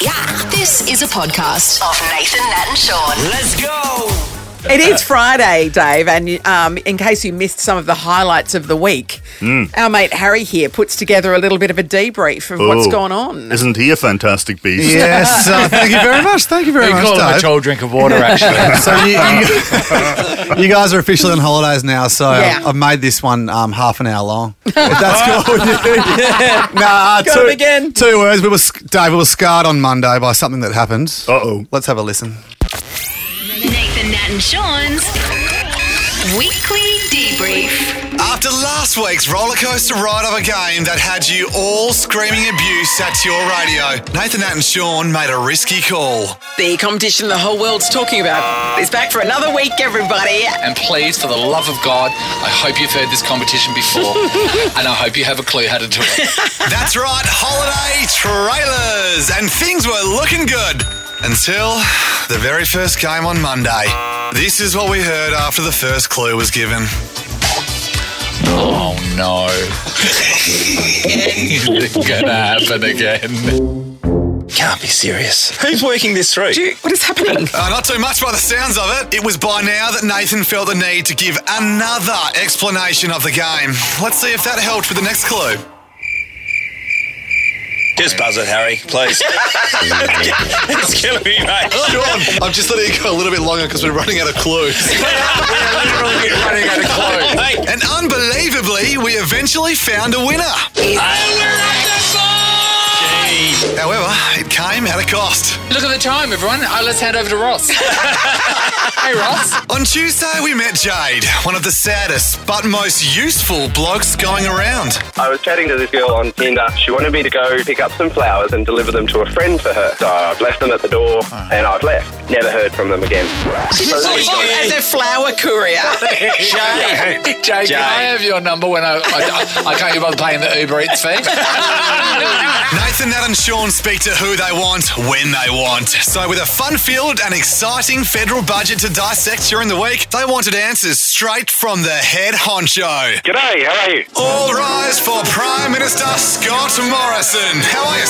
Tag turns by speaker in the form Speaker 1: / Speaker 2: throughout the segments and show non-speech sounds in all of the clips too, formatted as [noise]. Speaker 1: Yeah. This is a podcast of Nathan, Nat, and Sean.
Speaker 2: Let's go.
Speaker 3: It is Friday, Dave, and um, in case you missed some of the highlights of the week, our mate Harry here puts together a little bit of a debrief of what's
Speaker 4: Oh.
Speaker 3: gone on.
Speaker 4: Isn't he a fantastic beast?
Speaker 5: Yes, uh, thank you very much. Thank you very
Speaker 2: You
Speaker 5: much,
Speaker 2: call him a
Speaker 5: Dave.
Speaker 2: tall drink of water, actually.
Speaker 5: [laughs] So you, you, you guys are officially on holidays now, so
Speaker 3: Yeah.
Speaker 5: I've made this one um, half an hour long. If that's cool. with you. [laughs] Nah, uh,
Speaker 3: Got
Speaker 5: two,
Speaker 3: him again.
Speaker 5: two words. We were sc- Dave. We were scarred on Monday by something that happened.
Speaker 4: Uh-oh.
Speaker 5: Let's have a listen.
Speaker 1: Nathan, Nat, and Sean's weekly debrief.
Speaker 5: After last week's rollercoaster ride of a game that had you all screaming abuse at your radio, Nathan, Nat, and Sean made a risky call.
Speaker 3: The competition the whole world's talking about is back for another week, everybody.
Speaker 6: And please, for the love of God, I hope you've heard this
Speaker 3: [laughs]
Speaker 6: competition before, and I hope you have a clue how to do it.
Speaker 5: That's right, holiday trailers, and things were looking good until the very first game on Monday. This is what we heard after the first clue was given.
Speaker 6: Oh no! it's [laughs] gonna happen again.
Speaker 2: Can't be serious. Who's working this through?
Speaker 3: Do you- what is happening?
Speaker 5: Uh, not too much by the sounds of it. It was by now that Nathan felt the need to give another explanation of the game. Let's see if that helped with the next clue.
Speaker 2: Just buzz it, Harry, [laughs] please. it's killing me, mate. [laughs]
Speaker 5: Sean, Oh, I'm just letting it go a little bit longer because we're running out of clues.
Speaker 2: Literally running out of clue. Oh, Mate,
Speaker 5: and unbelievably, we eventually found a winner. However, it came at a cost.
Speaker 6: Look at the time, everyone. Oh, let's hand over
Speaker 3: [laughs]
Speaker 6: to Ross. hey, Ross.
Speaker 5: On Tuesday, we met Jade, one of the saddest but most useful blokes going around.
Speaker 7: I was chatting to this girl on Tinder. She wanted me to go pick up some flowers and deliver them to a friend for her. So I've left them at the door and I've left. Never heard from them again. So there you go.
Speaker 3: as a flower courier.
Speaker 6: Jay, Jay, can I have your number when I I, I can't be bothered paying the Uber Eats
Speaker 2: [laughs]
Speaker 6: fee?
Speaker 5: Nathan, Nat, and Sean speak to who they want when they want. So, with a fun field and exciting federal budget to dissect during the week, they wanted answers straight from the head honcho.
Speaker 7: G'day, how are you?
Speaker 5: All rise for Prime Minister Scott Morrison. How are you,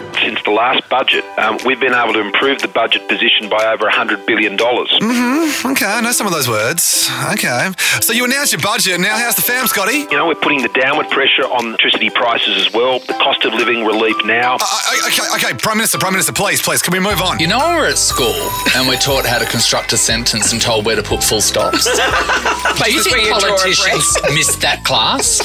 Speaker 5: ScoMo?
Speaker 7: Since the last budget, um, we've been able to improve the budget position by over $100 billion.
Speaker 5: Okay, I know some of those words. Okay. So, you announced your budget. Now, how's the fam, Scotty?
Speaker 7: You know, we're putting the downward pressure on electricity prices as well. The cost of living relief now.
Speaker 5: I, I, Uh, okay, okay, Prime Minister, Prime Minister, please, please, can we move on?
Speaker 6: You know, when we were at school and we're taught how to construct a sentence and told where to put full stops. But you
Speaker 3: bring
Speaker 6: think
Speaker 3: a drawer of
Speaker 6: politicians miss that class?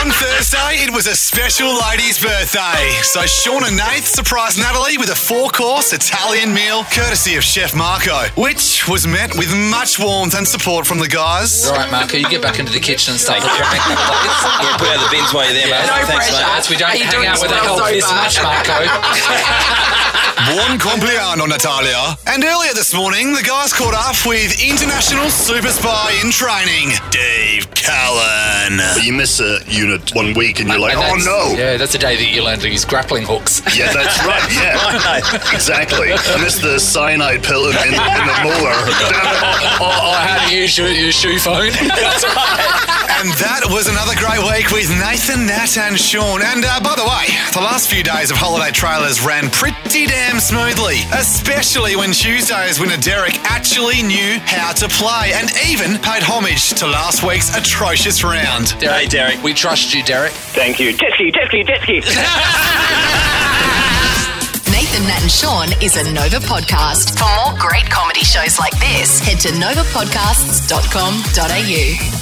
Speaker 5: On Thursday, it was a special lady's birthday. So Sean and Nath surprised Natalie with a four course Italian meal courtesy of Chef Marco, which was met with much warmth and support from the guys.
Speaker 6: All right, Marco, you get back into the kitchen and start looking at plates.
Speaker 2: [laughs] Yeah, put out the bins while you're there, mate.
Speaker 3: No
Speaker 2: Thanks,
Speaker 3: pressure.
Speaker 2: mate.
Speaker 6: That's we don't
Speaker 3: Are you
Speaker 6: hang
Speaker 3: doing
Speaker 6: out with the
Speaker 3: yourself
Speaker 6: help
Speaker 3: so
Speaker 6: this
Speaker 3: bad?
Speaker 6: much, Marco.
Speaker 5: Buon compleanno, Natalia. And earlier this morning, the guys caught up with international super spy in training, Dave Callan.
Speaker 4: You miss a unit one week and you're like,
Speaker 6: And
Speaker 4: oh
Speaker 6: that's-
Speaker 4: no. Oh, Yeah.
Speaker 6: Yeah, that's the day that you learn to use grappling hooks.
Speaker 4: that's [laughs] right. Yeah, exactly. I missed the cyanide pill in, in, in the molar. Damn [laughs] it.
Speaker 6: or, or how to use your, your shoe phone.
Speaker 5: And that was another great week with Nathan, Nat, and Sean. And uh, by the way, the last few days of holiday trailers ran pretty damn smoothly, especially when Tuesday's winner Derek actually knew how to play and even paid homage to last week's atrocious round.
Speaker 6: Derek,
Speaker 2: Hey, Derek.
Speaker 6: [laughs] We trust you, Derek.
Speaker 7: Thank you. Jet ski, jet ski, jet ski.
Speaker 1: Nathan, Nat, and Sean is a Nova podcast. For more great comedy shows like this, head to novapodcasts.com.au.